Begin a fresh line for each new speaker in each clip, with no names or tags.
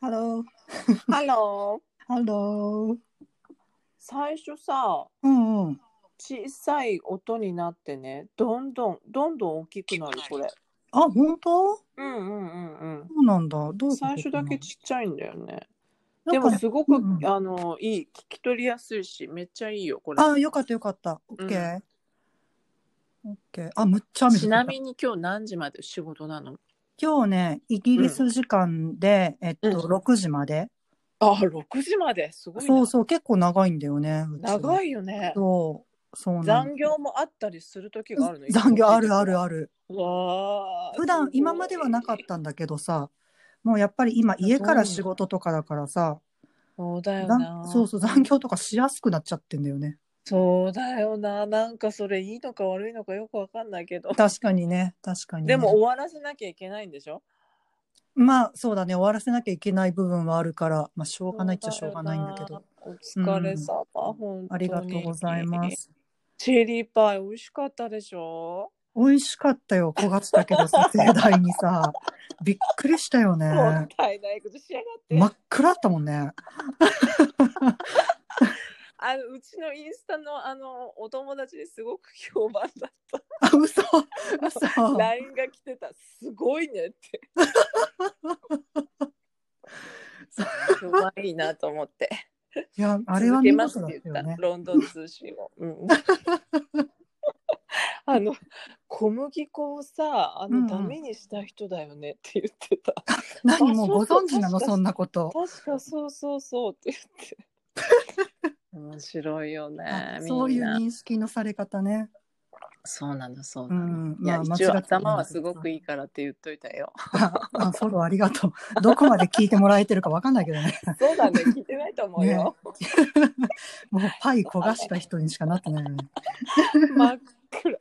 ハロー。
ハロー。
ハロー。
最初さ、
うんうん。
小さい音になってね、どんどん、どんどん大きくなる、これ。
あ、本当そ
うんうんうん
うなんだ。ど
う。
うんいうことかな
最初だけちっちゃいんだよね。
なん
で
か
もすごく、
うんうん
あの、いい。聞き取りやすいし、めっちゃいいよ、これ。
あ、よかったよかった。オッケー。オッケー。あ、むっちゃ雨降って
ち
きた
なみに今日何時まで仕事なの
今日ね、イギリス時間で、えっと、
うん
6時まで。
あ、6時まですごいな。
そうそう、結構長いんだよね。うちは
長いよね。
そう、そうなんだ
残業もあったりする時があるの
残業あるある
あ
ある。
る。わあ。
普段、今まではなかったんだけどさ、もうやっぱり今、家から仕事とかだからさ、
そうだよ
残
な。
そうそう、残業とかしやすくなっちゃってんだよね。
そうだよな。なんかそれいいのか悪いのかよくわかんないけ ど。
確かにね、確かに、ね。
でも終わらせなきゃいけないんでしょ
まあ、そうだね、終わらせなきゃいけない部分はあるから、まあ、しょうがないっちゃしょうがないんだけど。。
お疲れ様、本当に。
ありがとうございま。す。
チェリーパイ美味しかったでしょ
美味しかったよ、焦がしたけどさ、盛大に さ。びっくりしたよ
もっ
ね。
たいないことしやがって。
真っ暗だったもんね。
あのうちのインスタのあのお友達ですごく評判だっ
あ、嘘。
た。
嘘。
LINE が来てた。すごい ねって。
そう
評判いいなと思って。
いや、あれは
続け
見
ます
事
っ
だってた
言った、
よね。
ロンドン通信を。うん あの小麦粉をさあ
うんうん
のダメにした人だよねって言ってた、
何もうご
あそう
存知なの、
そうそう
そんなこと。
確かそうそうそうって言って面白いよ
あ
ねみんな
そういう認識のされ方ね。
そうなのそう
う
なの、
ん、
いや、
まあ、間違
一
って
応
ない
頭はすごくいいからって言っといた よ。
あ、フォローありがとう。どこまで聞いてもらえてるかわかんないけどね。
そうだね、聞いてないと思うよ。
もうパイ焦がした人にしかなってないよね。
真っ暗。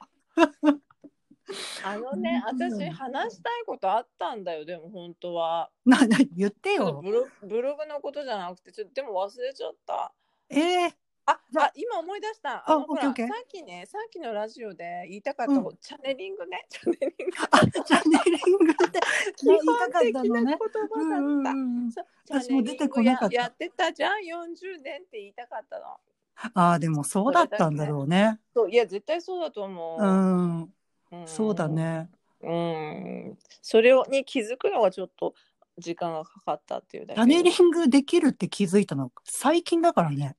あのね、
うん
私話したいことあったんだよ、でも本当は。
な、な、言って
ちょ
よ。
っとブロブログのことじゃなくて、ちょっとでも忘れちゃった。
ええ
あ、
じゃあ
あ今思い出した。あの
あ
ほら
オ
さ
ッケーオッケー
っきね、さっきのラジオで言いたかったこと、チャネリングね、チャネリ ング。
あ、チャネリングって、
基
言
本
いたかっ
的な
た
言葉
のね
だっ。た。
うんうんうん。
そう
私も出てこなかった
チャネリングややってたじゃん、40年って言いたかったの。
ああ、でもそうだったんだろうね。
そういや絶対そうだと思
う
う。
ん、
ん
そうだ。ね。
うん。それをに気づくのがちょっと時間がかかったっていうだ
チ
け
ャネリングできるって気づいたの、最近だからね。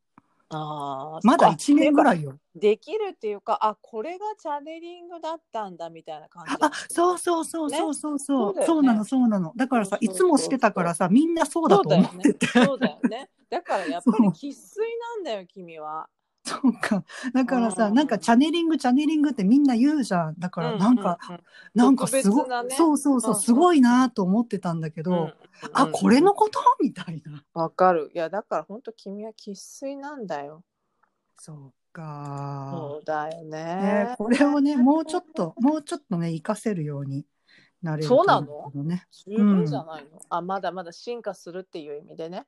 ああ。
まだ1年ぐ
い。
らいよ。
できるっていうか、あこれがチャネリングだったんだみたいな感じ。
あ、そうそうそうそうそうそう、
ねそうだ
そうな
よね
のそうなの。だからさ、
そう
い
そう
つ
そう
もしてたからさ、みんなそうだと思ってて。
そうだよね。 だからやっぱ
そ
り
う
生粋なんだよ君は。
そうか。だからさ、
うん
なんかチャネリング、チャネリングってみんな言うじゃん。だからなんか、
うう
なんかすごい、
特別なね
そうそうそう、
うん
すごいなと思ってたんだけど、
うんうんうん
あ、これのこと みたいな。
わかる。いやだから本当君は生粋なんだよ。
そうか。
そうだよ
ね
ね。
これをね、もうちょっと、もうちょっとね、活かせるようになれるといい
そ
ん
う
だ
な
け
の
どね。
十分じゃないの、あまだまだ進化するっていう意味でね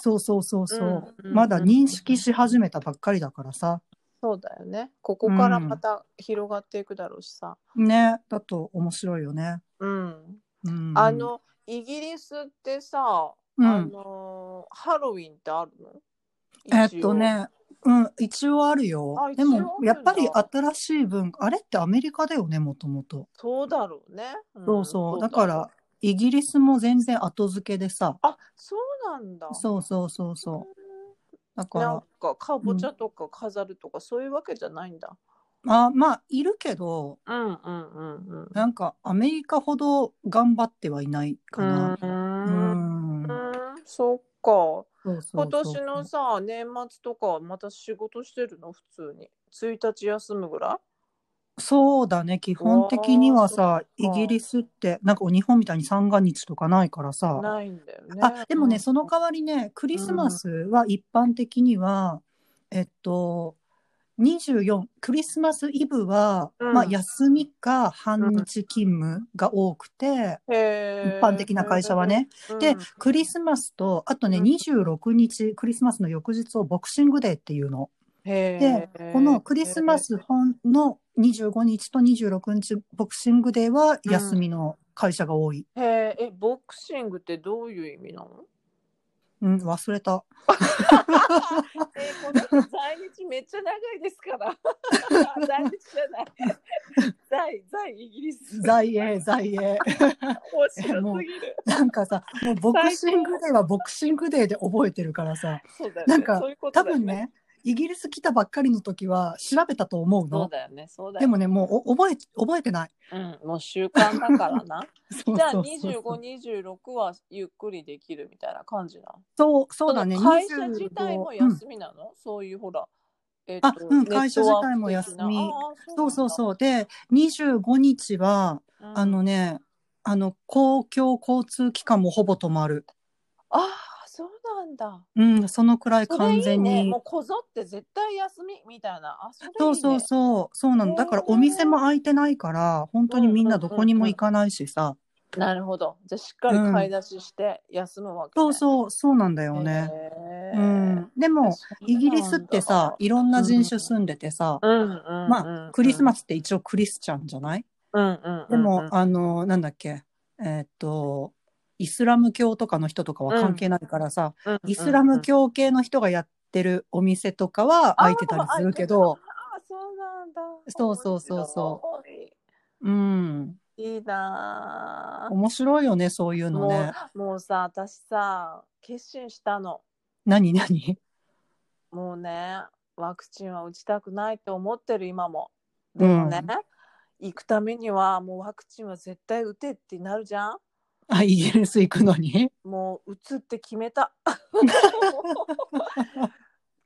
そうそうそうそう。
うんうん
まだ認識し始めたばっかりだからさ。
そうだよねここからまた広がっていくだろうしさ、
ね、だと面白いよね。
うん、
うん、
あのイギリスってさ、
うん
あのハロウィンってあるの
えっとね、うん、一応あるよ
あ。
で
一応あ
も
る、んだ
やっぱり新しい文化、あれってアメリカだよね、もともと。
そうだろうね、ん
そうそう。だか
ろう
ら、イギリスも全然後付けでさ。
あそうなんだ
そうそうそうそう。だか
なん
ら、
かかぼちゃとか飾るとかそういうわけじゃないんだ
あまあ、いるけど、
うんうんうんうん
なんかアメリカほど頑張ってはいないかな。う
うん
ん。
うんそっか
そうそうそう
今年のさ年末とかはまた仕事してるの普通に1日休むぐらい
そうだね、基本的には
う
さ
わ、ー
イ
そっか
ギリスって、なんか日本みたいに三が日とかないからさ。
ないんだよね
あでも
う
ね
ん
その代わりねクリスマスは一般的には、えっと24クリスマスイブは、
うん
まあ、休みか半日勤務が多くて、
へー
一般的な会社はね。
うん
でクリスマスとあとね
うん
26日クリスマスの翌日をボクシングデーっていうの。
へ
で
ー
このクリスマス本の25日と26日ボクシングデーは休みの会社が多い。
へーえボクシングってどういう意味なの
うん、忘れ た。
えーこの人在日めっちゃ長いです から。在日じゃない。在、在イギリス。
在英、在英。
面白すぎる。
なんかさ、もうボクシングデーはボクシングデーで覚えてるからさ、
そうだよね。
なんか
そういうこと
多
だよ
分ね、イギリス来たばっかりの時は調べたと思う
そ
の
う。だよね。そうだ
で
よね。
もね、もうお覚え、覚えてない。
うん、もう習慣だからな。
そう
じゃあ
そうそう
25、26はゆっくりできるみたいな感じなの。
そう、そうだね。
その会社自
25
体も
うん
休みなの、そういうほら。えっと
あうん
ネットワーク
会社自体も休み
的なああ
そうそう
う
そう。で、25日は、
なんだ。
あの
ね、
ね、あの、公共交通機関もほぼ止まる。
ああ、そうなんだ。
うん、そのくらい
それい
完
い
全
ね。
に
もう。こぞって絶対休みみたいな。あ、それいいね。
そうそうそう、そうなの。だから
へー
お店も開いてないから、本当にみんなどこにも行かないしさ。
なるほど。じゃあしっかり買い出しして休むわけ、ね
そうそう、そうなんだよね。
へ
う
ー。
ん。でも、イギリスってさ、いろんな人種住んでてさ、
うんうんうんうん、
まあ、クリスマスって一応クリスチャンじゃない
うんうんうんうん。
でも、あの、なんだっけ、えーっと、イスラム教とかの人とかは関係ないからさ、
うんうんうん、
イスラム教系の人がやってるお店とかは開いてたりするけど、
あーそうなんだ。
そうそうそうそ
面白い
うん、
いいな
面白いよね、そういう
ぁ。
の
も
ね。
う、もうさ、私さ、決心したの。
何何
もうね、ワクチンは打ちたくないって思ってる今も。でもね、行くためには、もうワクチンは絶対打てってなるじゃん。
あ、イギリス行くのに
もう打つって決めた。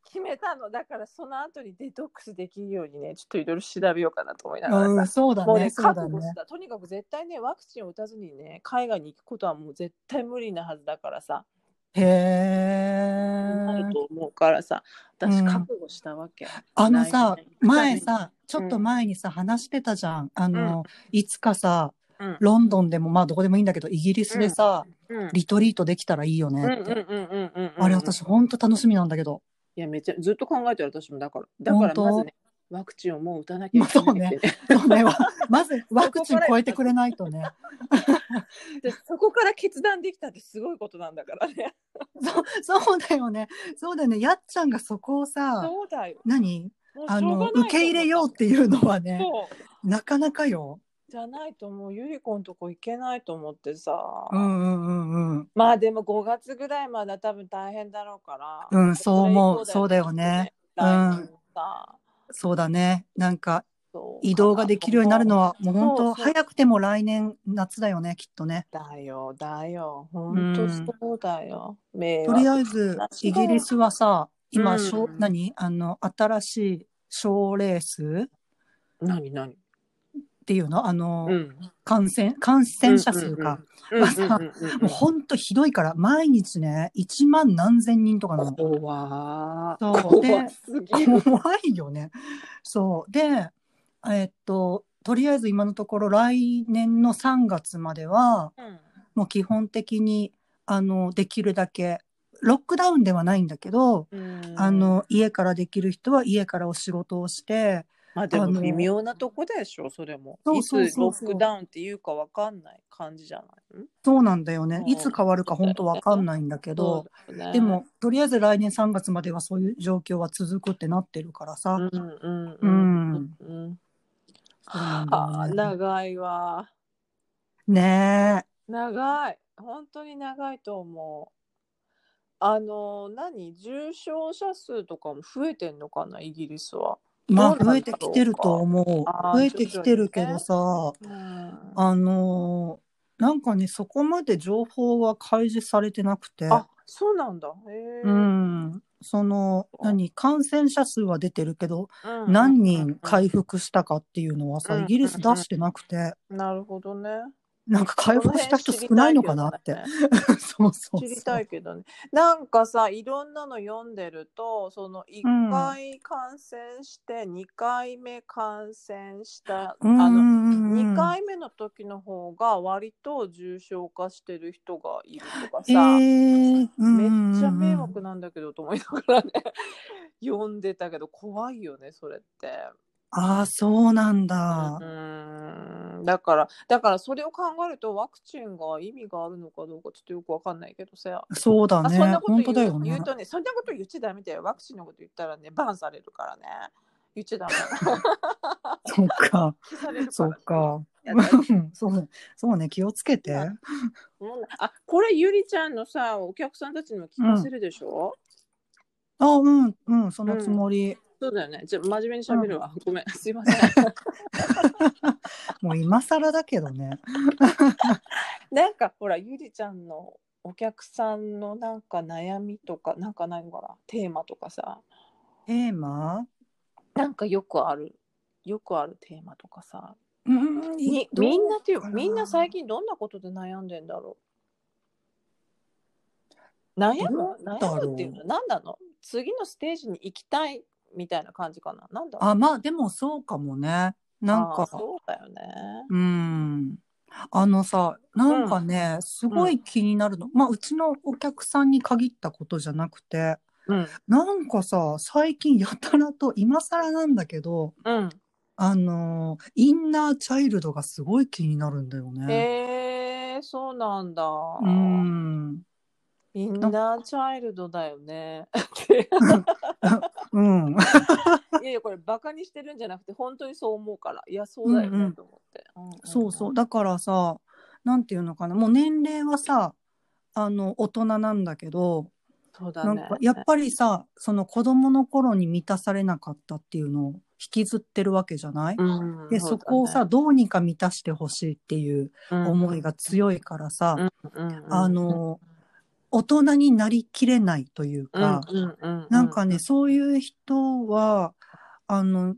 決めたの。だから、その後にデトックスできるようにね、ちょっといろいろ調べようかなと思いながらさ。
うん、そうだ
もう
ね、
ね、
そう
覚
だ
悟し
ね。
た。とにかく絶対ね、ワクチンを打たずにね、海外に行くことはもう絶対無理なはずだからさ、
へ
なる
え。
と思うからさ、
う
私
ん
覚悟したわけ。
あのさ
来、年
前、さ、ちょっと前にさ、話してたじゃん。あの、いつかさ、
うん
ロンドンでも、まあどこでもいいんだけど、イギリスでさ、
うんうん
リトリートできたらいいよね
うんうん
って。
うんうんうんうん。
あれ、私、ほんと楽しみなんだけど。
いや、めっちゃ、ずっと考えてる私もだから。だから
本当
まずね、ワクチンをもう打たなきゃいけないってね。
そうね、わまずワクチン超えてくれないとね。
でそこから決断できたってすごいことなんだから ね。
そうそうだよね。そうだよね。やっちゃんがそこをさ、
そうだよ。
何
もうしょ
あ
うがない
の、
と思
受け入れようっていうのはね、
そう。
なかなかよ。
じゃないともうゆり子のとこ行けないと思ってさ。
うんうんうんうん。
まあでも5月ぐらいまでは多分大変だろうから。
うんそう思うそうだよね。
来年さ
そうだね。なんか、
そう
移動ができるようになるのは、もう本
そ
当、
うそう
早くても来年夏だよね、きっとね。
だよ、だよ。本当そうだよ。迷
と
惑
りあえず、イギリスはさ、今、しょう
うん
何あの、新しい賞レース
何何
っていうのあの、
うん。
感染、感染者数か。
うんうんうんうん。
もうほんとひどいから、毎日ね、1万何千人とかなの。
怖ー
そうで
怖すぎる。
怖いよね。そう。で、えっと、とりあえず今のところ来年の3月までは、もう基本的に、あの、できるだけ、ロックダウンではないんだけど、
うん
あ、の、家からできる人は家からお仕事をして、
まあでも
あの
微妙なとこでしょ、それも。
そう
いつ
そうそ
ロ
うそう
ックダウンっていうかわかんない感じじゃないん
そうなんだよね。
うん
いつ変わるか本当わかんないんだけど、
そうだよね
でも、とりあえず来年3月まではそういう状況は続くってなってるからさ、
うんうんうんうん。
そうなんだよね
あー長いわ。
ねえ。
長い。本当に長いと思う。あの、何重症者数とかも増えてんのかな、イギリスは。
まあ
どうな
増
んだろうか
えてきてると思
あ
う。
ー
増えてきてるけどさ、
うん
あのーなんかね、そこまで情報は開示されてなくて、
あ、そうなんだ。へー
うん、その、何、感染者数は出てるけど、
うん
何人回復したかっていうのはさ、
うん
イギリス出してなくて、
なるほどね。
なんか回復した人少ないのかなって。 そうそう
知り
そ
た
う。
いけどね。なんかさ、いろんなの読んでると、その1回感染して、2回目感染した、
うんう
あの、
んうんうん
2回目の時の方が割と重症化してる人がいるとか
え
さ、
ーうんうんうん
めっちゃ迷惑 なんだけどと思いながらね、読んでたけど怖いよね、それって。
ああ、そうなんだ。
うんだからだからそれを考えるとワクチンが意味があるのかどうかちょっとよくわかんないけどさ、
そうだ
あ
ね
そんな。こと
本
言
当
う
だよね
言う。とねそんなこと言っちゃダメだよワクチンのこと言ったらねバンされるからね言っちゃダメ
そっか、
消される ら
そっか。
やだよ
うんそうそうね、気をつけて。
うんあこれゆりちゃんのさお客さんたちにも聞かせるでしょ、
あうん、うん、そのつもり。
そうだよねじゃあ真面目に喋るわ、ごめんすいませ ん
もう今更だけどね。
なんかほらゆりちゃんのお客さんのなんか悩みとかなんかないのかなテーマとかさ
テーマ
なんかよくあるよくあるテーマとかさ
うん
みみんなっていうみんな最
近。
近どんなことで悩んでんだろう悩む
どうだろう
悩むっていうのは何なの次のステージに行きたいみたいな感じかななんだろう
あ、まあ、でもそうかもね。なん
あー
か、
そうだよね
うん。あのさ、なんかね、すごい気になるの。まあ、うちのお客さんに限ったことじゃなくて、
うん
なんかさ、最近やたらと、今更なんだけど、
うん
あのーインナーチャイルドがすごい気になるんだよね。
へえー、そうなんだ。
うん。
インナーチャイルドだ よね。
うん。
いやいや、これバカにしてるんじゃなくて、本当にそう思うから。いや、そうだよ
うんう
ね
ん
と思って。うんうん
そうそう。だからさ、なんていうのかな、もう年齢はさ、あの、大人なんだけど、
そうだ
な
ね。
んかやっぱりさ、その子供の頃に満たされなかったっていうのを引きずってるわけじゃない、
うん
で、そこをさ、、どうにか満たしてほしいっていう思い
が、
が強いからさ、
うんうんうん
あ、の、大人になりきれないという
うん
か、
うんうん、
なんかね、、そういう人は、あの、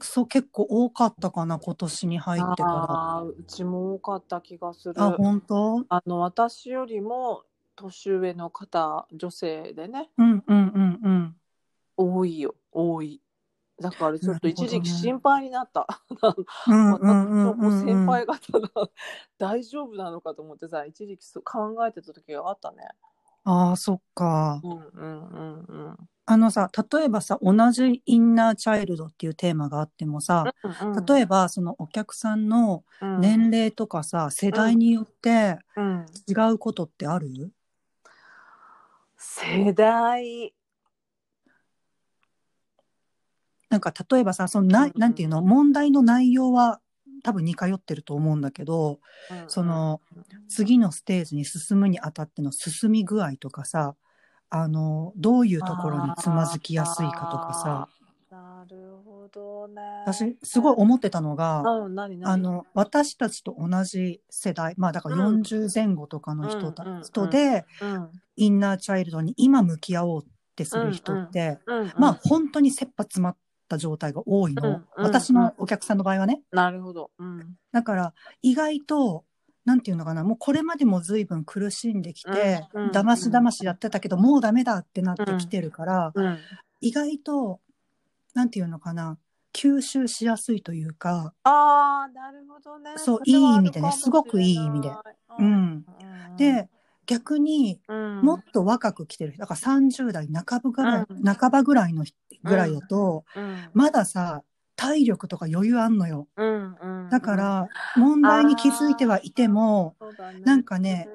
そう結構多かったかな、今年に入ってか
あーうちも多かった気がする。
ら。あ、本当
あの、私よりも年上の方、女性でね、
うんうんうんうん。
多いよ、多い。だからちょっと一時期
なるほどね
心配になった。
うんう
私
んう
の
ん
こ
う
うん
う
先
ん。
輩方が大丈夫なのかと思ってさ一時期そう考えてた時があったね。
ああ、そっか。
うんうんうんうん。
あのさ、例えばさ、同じインナーチャイルドっていうテーマがあってもさ、例えばそのお客さんの
ば
年齢とかさ、世代によって
うん、
違うことってある
世代
なんか例えばさ、そのな
うん
なんていうの、問題の内容は多分似通ってると思うんだけど、その次のステージに進むにあたっての進み具合とかさ、あの、どういうところにつまずきやすいかとかさ、
さ。なるほどね。
私すごい思ってたのが、
うん何何
あの私たちと同じ世代まあだから
うん
40前後とかの人,、た
うんうんうん
人で
うん
インナーチャイルドに今向き合おうってする人って、
うんうん
まあ本当に切羽詰まった状態が多いの、
うんうん
私のお客さんの場合はね
なるほど。うん
だから意外となんていうのかなもうこれまでも随分苦しんできて、
うんうん
だましだましやってたけどもうダメだってなってきてるから、
うん
意外となんていうのかな吸収しやすいというか、
ああなるほどね。
そう
れはい
い意味でね
あるかもしれない
すごくいい意味で。うんで、逆に
うん
もっと若く来てる人だから30代半ばぐらい、
うん
半ばぐらいの人ぐらいだと、
うん
まださ体力とか余裕あんのよ
うんうん
だから問題に気づいてはいても、
そうだね
なんかね、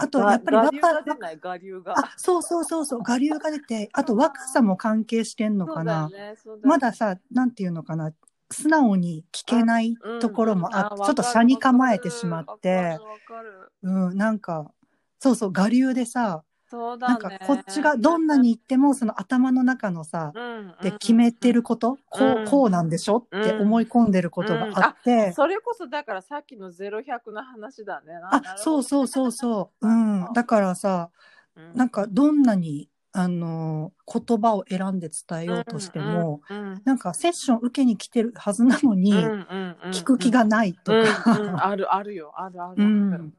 あとやっぱり
が我流が
若
出ない我流が。
あそうそうそうそう我流が出てあと若さも関係してんのかな、
そうだよねそうよ
まださなんていうのかな素直に聞けないところもあって、ちょっと車に構えてしまって。
わかるわかるわかる
うん、なんか、そうそう、我流でさ、
そうだ
なん
ね。
かこっちがどんなに言っても、その頭の中のさ、
うん
で決めてること、こ
うん
う、こうなんでしょって思い込んでることがあって、
うんそれこそだからさっきのゼロ百の話だね。な
あ、そうそうそうそう、う
なるほ
ん
ど。
だからさ、
う
なんかどんなに、あのー言葉を選んで伝えようとしても、、
うんうん
なんかセッション受けに来てるはずなのに、聞く気がないとか、
うんうんうんあるあるよあるあるあ
う
る。
ん、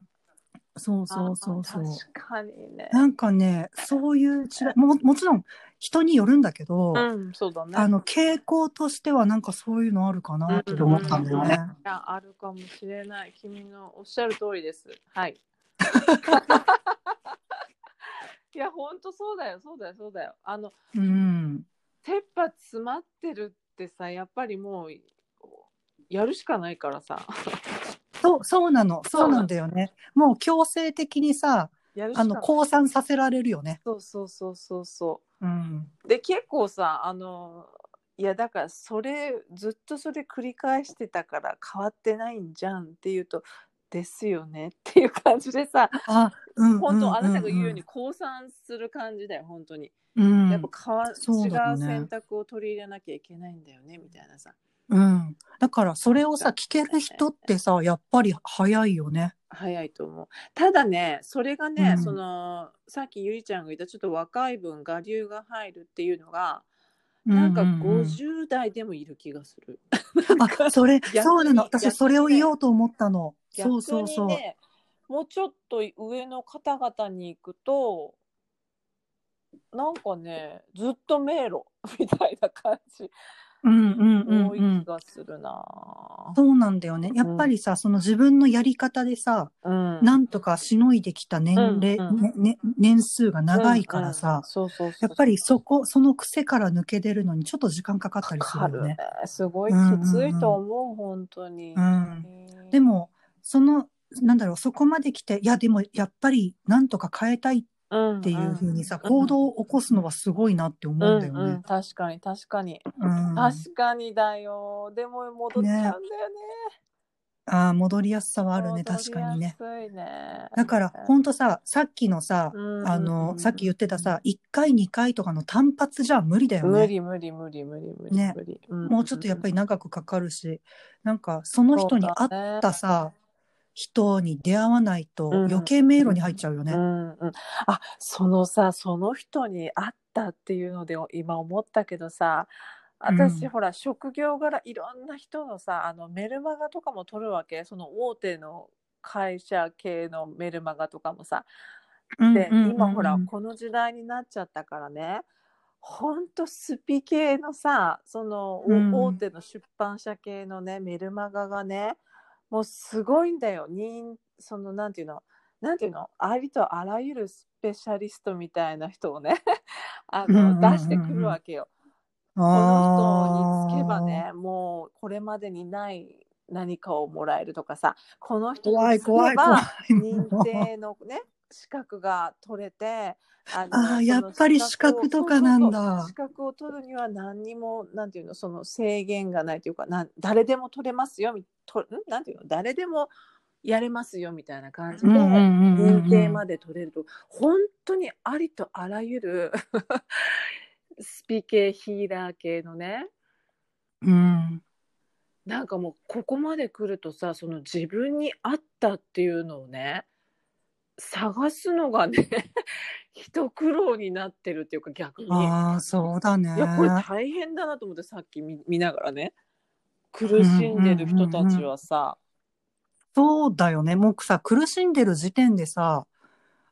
そうそうそうそう。
あ確かにね。
なんかね、そういう違い、ももちろん人によるんだけど、
うん、そうだね。
あの傾向としてはなんかそういうのあるかなって思ったんだよね。
いやあるかもしれない。君のおっしゃる通りです。 はい。いや、本当そうだよ、そうだよ、そうだよ。あの、
うん。
切羽詰まってるっってさやっぱりもうやるしかないからさ
そう、そうなの。そうなんだよね。もう強制的にさ、
やるしか
あ
な
の、
い
降参させられるよね。
そうそうそうそうそ
うん。
うで結構さあのいやだからそれずっとそれ繰り返してたから変わってないんじゃんっていうと「ですよね」っていう感じでさ
あ、うん。
本
う
当
ん
あなたが言うように、降参する感じだよ本当に
うん。
やっぱ変わ、
そうだ
違
よ
う
ね
選択を取り入れなきゃいけないんだよねみたいなさ
うん。だから、それをさ、聞ける人ってさ、やっぱり早いよね。
早いと思うただねそれがね、
うん
そのさっきゆりちゃんが言ったちょっと若い分我流が入るっていうのがなんか
ううう
50代でもいる気がする。
あ、それ、
逆に
そうなの。私、それを言おうと思ったの。
逆に
そ
ね
うそうそう。
もうちょっと上の方々に行くとなんかねずっと迷路 みたいな感じ
うんうんうん
多い
うん
気。がするな、
そうなんだよね。やっぱりさ、その自分のやり方でさ、
うん
なんとかしのいできた年齢、
うんうん
ねね年数が長いから
うんう
さ
ん、そうそうそう
やっぱりそこ、その癖から抜け出るのにちょっと時間かかったりす
かか
るよ
るね
ね。
すごいきついと思う、本当に、
うん。でも、その、なんだろう、そこまで来て、いや、でもやっぱりなんとか変えたい
っ
っていうふうにさ、
うん
行動を起こすのはすごいなって思うんだよ
うんうん
ね。
確かに確かに、
うんあ
確かにだよでも戻っちゃうんだよね
あー、戻りやすさはあるね、確かにね。
戻りやすいね
だから、ほんとさ、さっきのさ、
うん
あ
う
の、
ん
さっき言ってたさ、1回、2回とかの単発じゃ無理だよね。
無理無理無理無理無理
ね
無理、
もうちょっとやっぱ
り
り長くかかるし、なんかその人に合ったさ、人に出会わないと
うん
余計迷路に入っちゃうよ
う
ね。
んうん、あそのさその人に会ったっていうので今思ったけどさ私、
うん
ほら職業柄いろんな人のさあのメルマガとかも取るわけその大手の会社系のメルマガとかもさ
うん
で、
うん
今ほら
うん
この時代になっちゃったからねほんとスピ系のさその、お
うん
大手の出版社系のねメルマガがねもうすごいんだよ人そのなんていうのなんていうのありとあらゆるスペシャリストみたいな人をね あの、
うんうんうんうん
出してくるわけよ。この
あ
人につけば
ー
ねもうこれまでにない何かをもらえるとかさこの人
怖
に
い
つけ
怖い怖
ば
い。
認定の ね資格が取れてあ
あー
その
やっぱり資格とかなんだ
そうそうそう資格を取るには何にもなんていうのその制限がないというかなん誰でも取れますよみとんなんていうの誰でもやれますよみたいな感じで、認定ま
で。
で取れると本当にありとあらゆる スピ系ヒーラー系のね
うん。
なんかもうここまで来るとさその自分に合ったっていうのをね探すのがね 一苦労になってるっていうか逆にいや
ああ、そうだね。
これ大変だなと思ってさっき見見ながらね苦しんでる人たちはさ、
そうだよね。もうさ、苦しんでる時点でさ、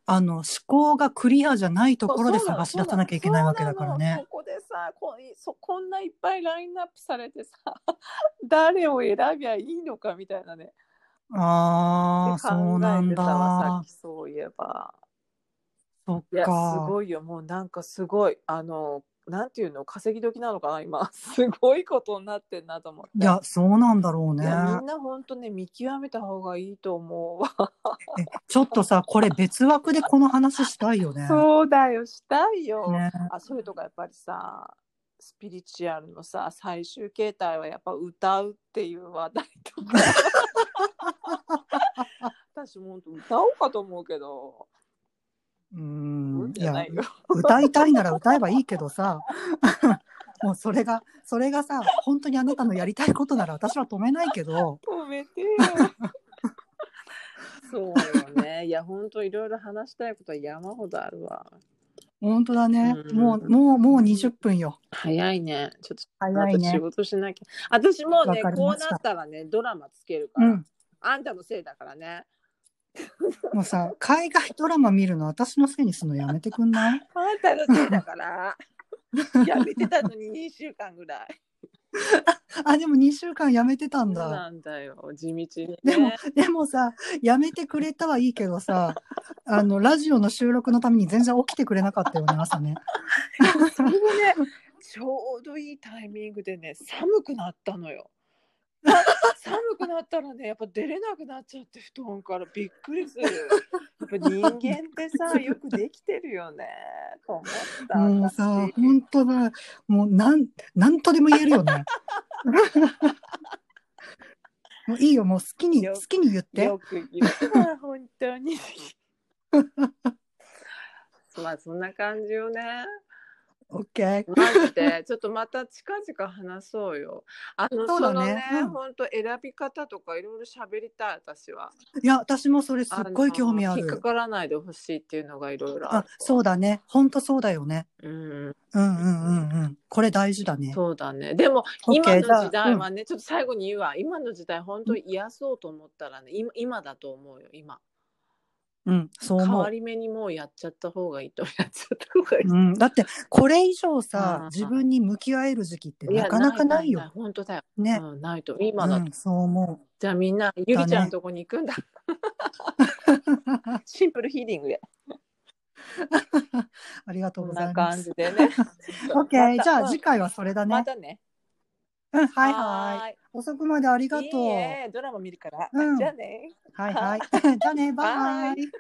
あの、思考がクリアじゃないところで
そうなの
探し出さなきゃいけないわけだから
そうなの
ね。
そこでさこいそこんないっぱいラインナップされてさ 誰を選びゃいいのかみたいなね
ああ、
って
そう
考
な
え
ん
て
だ
た。わさっきそういえば。
そっ
いや、す
か。
ごいよ。もうなんかすごい。あの、なんていうの、稼ぎ時なのかな、今。 すごいことになってんなと思って。
いや、そうなんだろう
い
ね。
やみんな本当ね、見極めた方がいいと思うわ。
えちょっとさ、これ別枠でこの話したいよね。
そうだよ、したいよ。
ね
あ、それとかやっぱりさ、スピリチュアルのさ、最終形態はやっぱ歌うっていう話題 とか。 私も本当歌おうかと思うけど、
う
うん
ん。い
じゃな
や
い、よ。
歌いたいなら歌えばいいけど さ、もうそれが、それがさ、本当にあなたのやりたいことなら私は止めないけど、
止めてよ。そうよね。いや、本当いろいろ話したいことは山ほどあるわ。
本当だね。
うん
もう、もう、もう20分よ。
早いね。ちょっと、
早い
あと仕
ね。
事しなきゃ。私もうね、
わかり
こ
ま
う
した
なったらね、ドラマつけるか
う
ら。
ん。
あんたのせいだからね。
もうさ、海外ドラマ見るの私のせいにするのやめてくん ない
あんたのせいだから。 やめてたのに2週間ぐらい。
あ、でも2週間やめてた
そうん
だ。
なんだよ。地道にね。
でも、でもさ、やめてくれたはいいけどさ、あの、ラジオの収録のために全然起きてくれなかったよね、朝ね。
それでね、ちょうどいいタイミングでね寒くなったのよ。寒くなったらねやっぱ出れなくなっちゃって布団からびっくりするやっぱ人間って さよくできてるよねと思った
もうさ
私、
本当だ。もうなん、なんとでも言えるよ ね。もういいよ、もう好きに、
よ
好きに言って
よ。く言うわ本当に まあそんな感じよね
オッケー。
マジでちょっとまた近々話そうよあの
そ
そう
だ
の
ね
ね
うん
本当、選び方とかいろいろ喋りたい私はい
や、私もそれすっごい興味あ
の引っか
る。
からないでほしいっていうのがいろいろあ
あ
る、
そうだね。本当そうだよね。
うん、
うんうんうんうん。これ大事だね。
そうだね。でも、
OK
今の
じゃあ
時代はね、ちょっと最後に言うわ。今の時代、本当に癒そうと思ったらね、今今だと思うよ、今。
うん、そう
変
思
わ
う。
り目にもうやっちゃった方がいいと、やっちゃった方がいい。
うん、だって、これ以上
うん
さ、自分に向き合える時期って
いや
なかなかないよ。
本当だよ。
ね。
うん、ないと。今
う
だと、
ん、そう 思
じゃあみんな、ゆりちゃんのとこに行くんだ。
う。
シンプルヒーリングで。
ありがと
こ
うんござ
ない
ま
感
す。
じ。でね
オッケー、
また
じゃ
う
あ
ん
次回はそれだね
ま。たね。
うん、はいはい。
ーい。
遅くまでありが
いい
とう。
え、ドラマ見るから。
うん
じゃあね。
はいはい。じゃあね、バイバイ。
イ。